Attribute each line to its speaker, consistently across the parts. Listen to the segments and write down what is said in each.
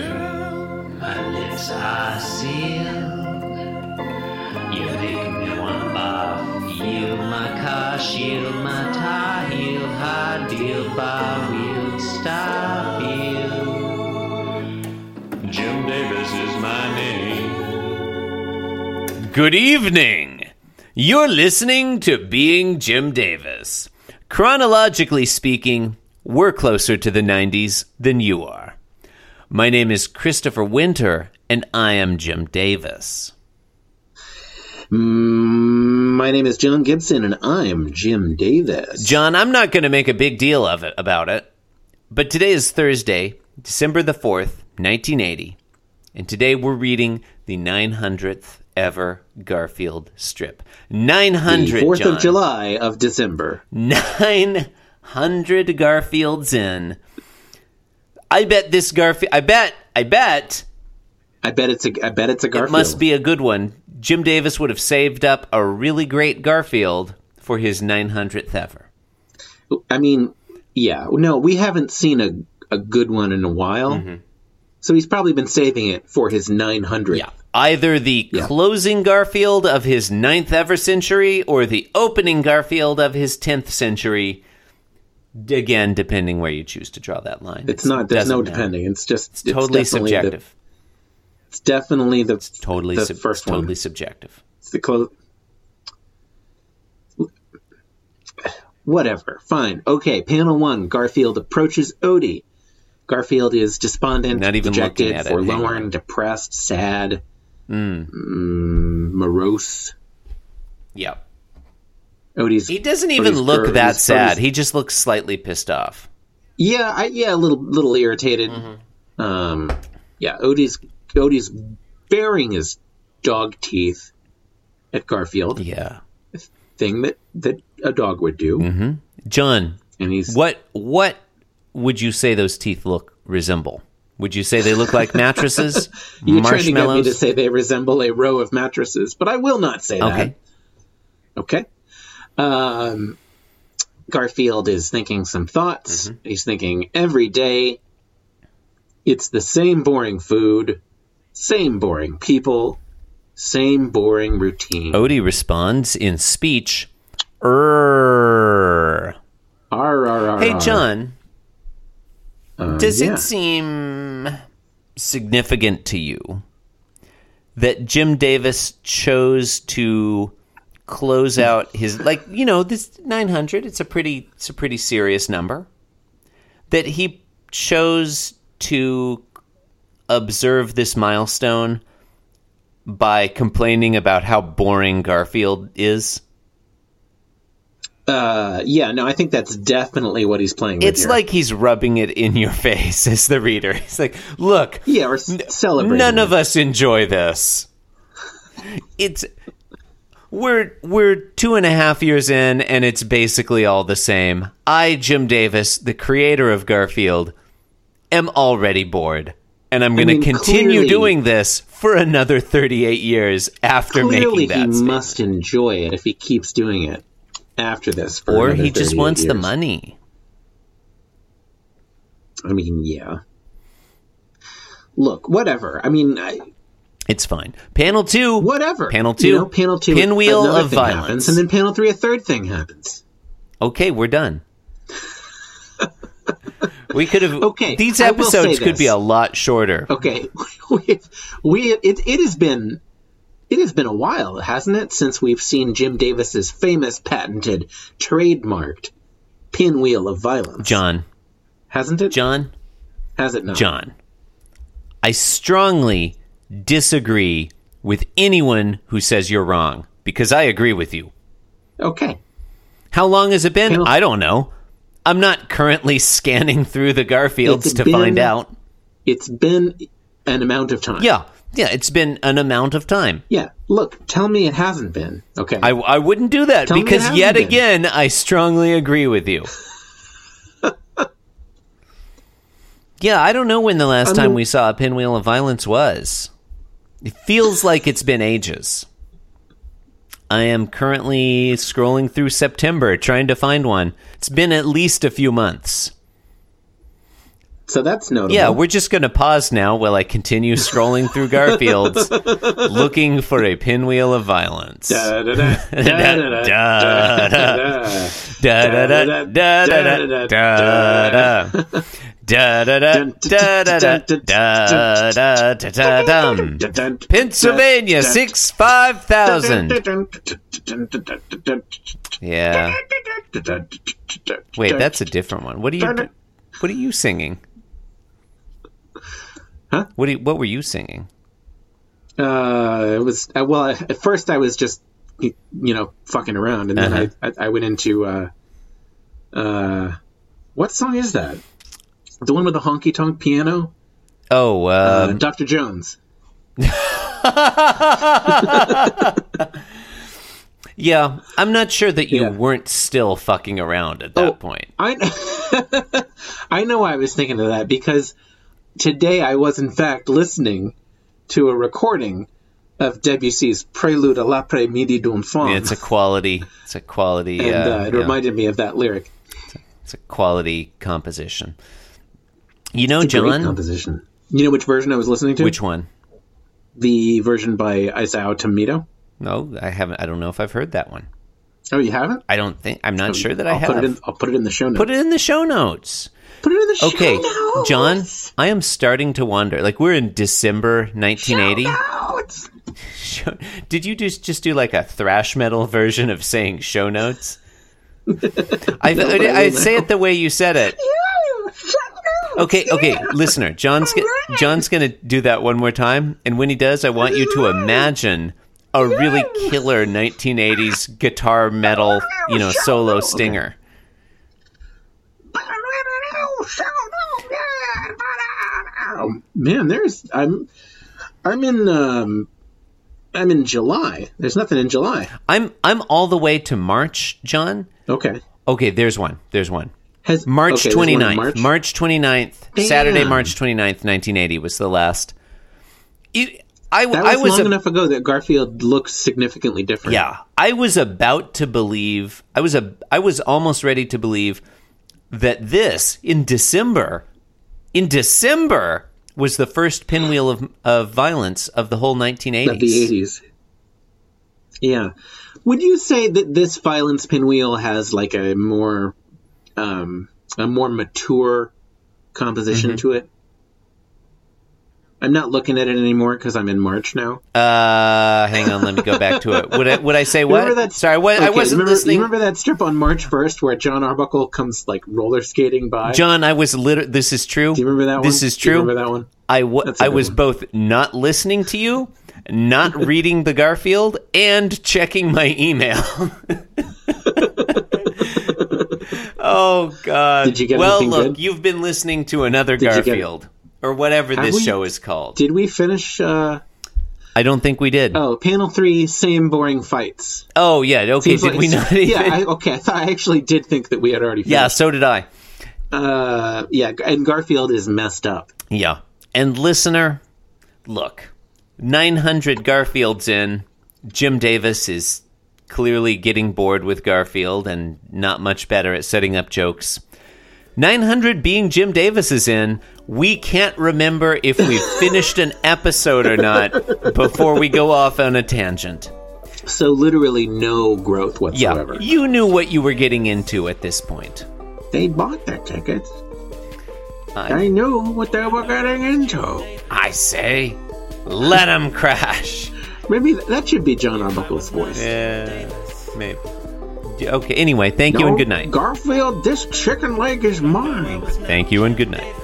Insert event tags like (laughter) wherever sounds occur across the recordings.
Speaker 1: Girl, my lips are sealed. You make me wanna barf. Yield my car, shield my tie, heel, high deal, bar wheel, stop you. Jim Davis is my name.
Speaker 2: Good evening. You're listening to Being Jim Davis. Chronologically speaking, we're closer to the 90s than you are. My name is Christopher Winter, and I am Jim Davis.
Speaker 3: My name is John Gibson, and I'm Jim Davis.
Speaker 2: John, I'm not going to make a big deal of it about it, but today is Thursday, December the 4th, 1980, and today we're reading the 900th ever Garfield strip. 900
Speaker 3: Fourth
Speaker 2: John.
Speaker 3: of July of December.
Speaker 2: 900 Garfields in. I bet this Garfield I bet I bet
Speaker 3: I bet it's a. I bet it's a Garfield.
Speaker 2: it must be a good one. Jim Davis would have saved up a really great Garfield for his 900th ever.
Speaker 3: I mean, yeah. No, we haven't seen a a good one in a while.
Speaker 2: Mm-hmm.
Speaker 3: So he's probably been saving it for his 900.
Speaker 2: Either the closing Garfield of his ninth ever century or the opening Garfield of his 10th century. D- Again, depending where you choose to draw that line.
Speaker 3: It's not. There's no
Speaker 2: doesn't matter.
Speaker 3: depending. It's just it's
Speaker 2: Totally
Speaker 3: definitely the-
Speaker 2: subjective.
Speaker 3: it's definitely the
Speaker 2: totally
Speaker 3: the
Speaker 2: sub-
Speaker 3: first
Speaker 2: totally
Speaker 3: one.
Speaker 2: subjective.
Speaker 3: It's the close. Whatever. Fine. Okay. Panel one. Garfield approaches Odie. Garfield is despondent,
Speaker 2: Not even
Speaker 3: dejected,
Speaker 2: looking at it. Hmm. Hang
Speaker 3: forlorn,
Speaker 2: on.
Speaker 3: depressed, sad, mm, morose.
Speaker 2: Yeah.
Speaker 3: Odie's
Speaker 2: He doesn't
Speaker 3: Odie's
Speaker 2: even look
Speaker 3: cur-
Speaker 2: that
Speaker 3: Odie's-
Speaker 2: sad.
Speaker 3: Odie's-
Speaker 2: He just looks slightly pissed off.
Speaker 3: yeah, I, yeah, a little, little irritated. Um, yeah, Odie's Odie's baring his dog teeth at Garfield,
Speaker 2: Yeah.
Speaker 3: thing that that a dog would do,
Speaker 2: John,
Speaker 3: and he's
Speaker 2: Mm-hmm. what what would you say those teeth look resemble? Would you say they
Speaker 3: (laughs)
Speaker 2: look like mattresses?
Speaker 3: You're trying to get me to say they resemble a row of mattresses, but I will not say
Speaker 2: okay.
Speaker 3: that. Okay. Um, Garfield is thinking some thoughts.
Speaker 2: Mm-hmm.
Speaker 3: He's thinking every day it's the same boring food, same boring people, same boring routine.
Speaker 2: Odie responds in speech. Err.
Speaker 3: Arr, arr, arr,
Speaker 2: Hey
Speaker 3: arr.
Speaker 2: John,
Speaker 3: Uh,
Speaker 2: does
Speaker 3: yeah.
Speaker 2: it seem significant to you that Jim Davis chose to
Speaker 3: Hmm.
Speaker 2: close out his like you know this 900 it's a pretty it's a pretty serious number that he chose to observe this milestone by complaining about how boring Garfield is
Speaker 3: Uh, yeah, no, I think that's definitely what he's playing with
Speaker 2: it's
Speaker 3: here.
Speaker 2: like he's rubbing it in your (laughs) face as the reader he's like look
Speaker 3: yeah, we're c- celebrating.
Speaker 2: None of us enjoy this. It's we're we're two and a half years in, and it's basically all the same. I, Jim Davis, the creator of Garfield, am already bored, and I'm going
Speaker 3: mean,
Speaker 2: to continue
Speaker 3: clearly-
Speaker 2: doing this for another 38 years after
Speaker 3: Clearly,
Speaker 2: making
Speaker 3: he
Speaker 2: that. statement.
Speaker 3: must enjoy it if he keeps doing it after this. for
Speaker 2: Or
Speaker 3: another
Speaker 2: he just
Speaker 3: 38
Speaker 2: wants the
Speaker 3: years.
Speaker 2: money.
Speaker 3: I mean, yeah. Look, whatever. I mean, I,
Speaker 2: It's fine. Panel two.
Speaker 3: whatever.
Speaker 2: Panel
Speaker 3: You
Speaker 2: two.
Speaker 3: know, panel two.
Speaker 2: Pinwheel
Speaker 3: another
Speaker 2: of
Speaker 3: thing
Speaker 2: violence.
Speaker 3: happens, and then panel three, a third thing happens.
Speaker 2: Okay, we're done. we could have.
Speaker 3: Okay,
Speaker 2: These
Speaker 3: I will say
Speaker 2: episodes could be
Speaker 3: this.
Speaker 2: a lot shorter.
Speaker 3: Okay, (laughs) we, we it it has been it has been a while, hasn't it, since we've seen Jim Davis's famous patented, trademarked pinwheel of violence,
Speaker 2: John,
Speaker 3: hasn't it?
Speaker 2: John,
Speaker 3: Has it not?
Speaker 2: John. I strongly disagree with anyone who says you're wrong because I agree with you.
Speaker 3: Okay.
Speaker 2: How long has it been?
Speaker 3: Panel-
Speaker 2: I don't know. I'm not currently (laughs) scanning through the Garfields
Speaker 3: It's
Speaker 2: to
Speaker 3: been-
Speaker 2: find out.
Speaker 3: It's been an amount of time.
Speaker 2: Yeah, yeah, it's been an amount of time.
Speaker 3: Yeah. Look, tell me it hasn't been. Okay.
Speaker 2: I, I wouldn't do that
Speaker 3: Tell me it
Speaker 2: because
Speaker 3: hasn't
Speaker 2: yet
Speaker 3: been.
Speaker 2: again I strongly agree with you. (laughs) yeah, I don't know when the last time we saw a pinwheel of violence was. It feels like it's been ages. I am currently scrolling through September trying to find one. It's been at least a few months.
Speaker 3: So that's notable.
Speaker 2: Yeah, we're just going to pause now while I continue scrolling through (laughs) Garfield's looking for a pinwheel of violence. (laughs)
Speaker 3: Da-da-da, da-da-da, da-da-da.
Speaker 2: Da-da-da. Da-da-da, da-da-da, da-da. Da-da-da, da-da-da, da-da-da, da-da-dum. Pennsylvania, six five thousand. Yeah.
Speaker 3: (laughs)
Speaker 2: Wait, that's a different one. What are you? What are you singing?
Speaker 3: Huh?
Speaker 2: What? do you- what were you singing?
Speaker 3: Uh, it was uh, well. At first, I was just you know fucking around, and then
Speaker 2: Uh-huh.
Speaker 3: I, I I went into uh, uh, what song is that? The one with the honky tonk piano,
Speaker 2: Oh,
Speaker 3: uh,
Speaker 2: um,
Speaker 3: Doctor Jones.
Speaker 2: yeah. I'm not sure that you
Speaker 3: Yeah.
Speaker 2: weren't still fucking around at that
Speaker 3: Oh.
Speaker 2: point.
Speaker 3: I (laughs) I know I was thinking of that because today I was in fact listening to a recording of Debussy's Prelude à l'après midi d'un fond,
Speaker 2: It's a quality. It's a quality.
Speaker 3: and
Speaker 2: uh,
Speaker 3: uh, it
Speaker 2: yeah.
Speaker 3: reminded me of that lyric.
Speaker 2: It's a quality composition. You know,
Speaker 3: Great
Speaker 2: John.
Speaker 3: composition. You know which version I was listening to?
Speaker 2: Which one?
Speaker 3: the version by Isao Tomito.
Speaker 2: No, I haven't. I don't know if I've heard that one.
Speaker 3: Oh, you haven't?
Speaker 2: I don't think. I'm not sure that I
Speaker 3: I'll
Speaker 2: have.
Speaker 3: Put it in, I'll put it in the show notes.
Speaker 2: Put it in the show notes.
Speaker 3: Put it in the
Speaker 2: Okay,
Speaker 3: show notes.
Speaker 2: John, I am starting to wonder. Like we're in December 1980.
Speaker 3: Notes.
Speaker 2: Show- Did you just just do like a thrash metal version of saying show notes? I, I, I say it the way you said it. Okay, okay, listener, John's g- John's gonna do that one more time, and when he does, I want you to imagine a really killer 1980s guitar metal, you know, solo stinger.
Speaker 3: Oh, man, there's I'm I'm in um I'm in July. There's nothing in July.
Speaker 2: I'm I'm all the way to March, John.
Speaker 3: Okay.
Speaker 2: Okay, there's one. There's one.
Speaker 3: Has
Speaker 2: March
Speaker 3: okay, there's one in
Speaker 2: 29th. March?
Speaker 3: March.
Speaker 2: 29th.
Speaker 3: Damn.
Speaker 2: Saturday, March 29th, 1980 was the last. You- I,
Speaker 3: That
Speaker 2: I
Speaker 3: was,
Speaker 2: was
Speaker 3: long
Speaker 2: a-
Speaker 3: enough ago that Garfield looked significantly different.
Speaker 2: yeah, I was about to believe. I was a I was almost ready to believe that this in December in December was the first pinwheel of of violence of the whole 1980s.
Speaker 3: of the eighties. Yeah. Would you say that this violence pinwheel has like a more um, a more mature composition
Speaker 2: Mm-hmm.
Speaker 3: to it? I'm not looking at it anymore because I'm in March now.
Speaker 2: Uh, hang on, let me go back to it. Would I, would
Speaker 3: (laughs)
Speaker 2: I say what?
Speaker 3: Remember that?
Speaker 2: Sorry, what, I
Speaker 3: okay,
Speaker 2: wasn't
Speaker 3: remember,
Speaker 2: listening.
Speaker 3: You remember that strip on March 1st where John Arbuckle comes like roller skating by?
Speaker 2: John, I was literally. This is true.
Speaker 3: Do you remember that one?
Speaker 2: This is
Speaker 3: Do you
Speaker 2: true.
Speaker 3: remember that one?
Speaker 2: I wa-
Speaker 3: a
Speaker 2: I
Speaker 3: good
Speaker 2: was
Speaker 3: one.
Speaker 2: both not listening to you,
Speaker 3: (laughs)
Speaker 2: not reading the Garfield, and checking my
Speaker 3: (laughs)
Speaker 2: email. oh God!
Speaker 3: Did you get
Speaker 2: well,
Speaker 3: anything
Speaker 2: look,
Speaker 3: good?
Speaker 2: you've been listening to another
Speaker 3: you get-
Speaker 2: Garfield or whatever this
Speaker 3: we-
Speaker 2: show is called.
Speaker 3: Did we finish? Uh,
Speaker 2: I don't think we did.
Speaker 3: oh, panel three, same boring fights.
Speaker 2: oh yeah, okay.
Speaker 3: It's
Speaker 2: Did
Speaker 3: like-
Speaker 2: we not
Speaker 3: (laughs)
Speaker 2: even?
Speaker 3: Yeah, I, okay. I thought I actually did think that we had already.
Speaker 2: yeah,
Speaker 3: Finished.
Speaker 2: so did I.
Speaker 3: Uh, yeah, and Garfield is messed up.
Speaker 2: Yeah. And listener, look, 900 Garfields in. Jim Davis is clearly getting bored with Garfield and not much better at setting up jokes. 900 being Jim Davis is in. We can't remember if we finished an episode or not before we go off on a tangent.
Speaker 3: So literally no growth
Speaker 2: Yeah,
Speaker 3: whatsoever.
Speaker 2: you knew what you were getting into at this point.
Speaker 3: They bought their tickets.
Speaker 2: I-
Speaker 3: I knew what they were getting into.
Speaker 2: I say, let 'em crash.
Speaker 3: Maybe th- that should be John Arbuckle's voice.
Speaker 2: Yeah, Uh, maybe. Yeah, Okay, anyway, thank you and good night.
Speaker 3: Garfield, this chicken leg is mine.
Speaker 2: Thank you and good night.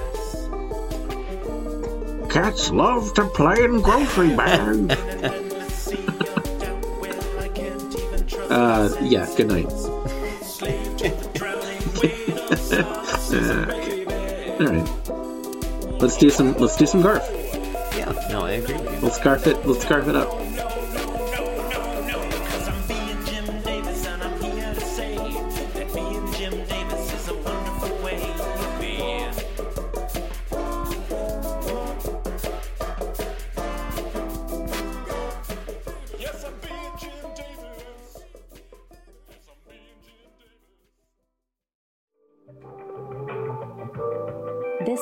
Speaker 3: Cats love to play in grocery
Speaker 2: (laughs)
Speaker 3: bags. uh, yeah, good night. (laughs) All right, let's do some. Let's do some Garf.
Speaker 2: Yeah, no, I agree with you.
Speaker 3: Let's Garf it. Let's Garf it up.
Speaker 4: (laughs) Yes, I'm being Jim Davis. Yes, I'm being Jim Davis.
Speaker 5: This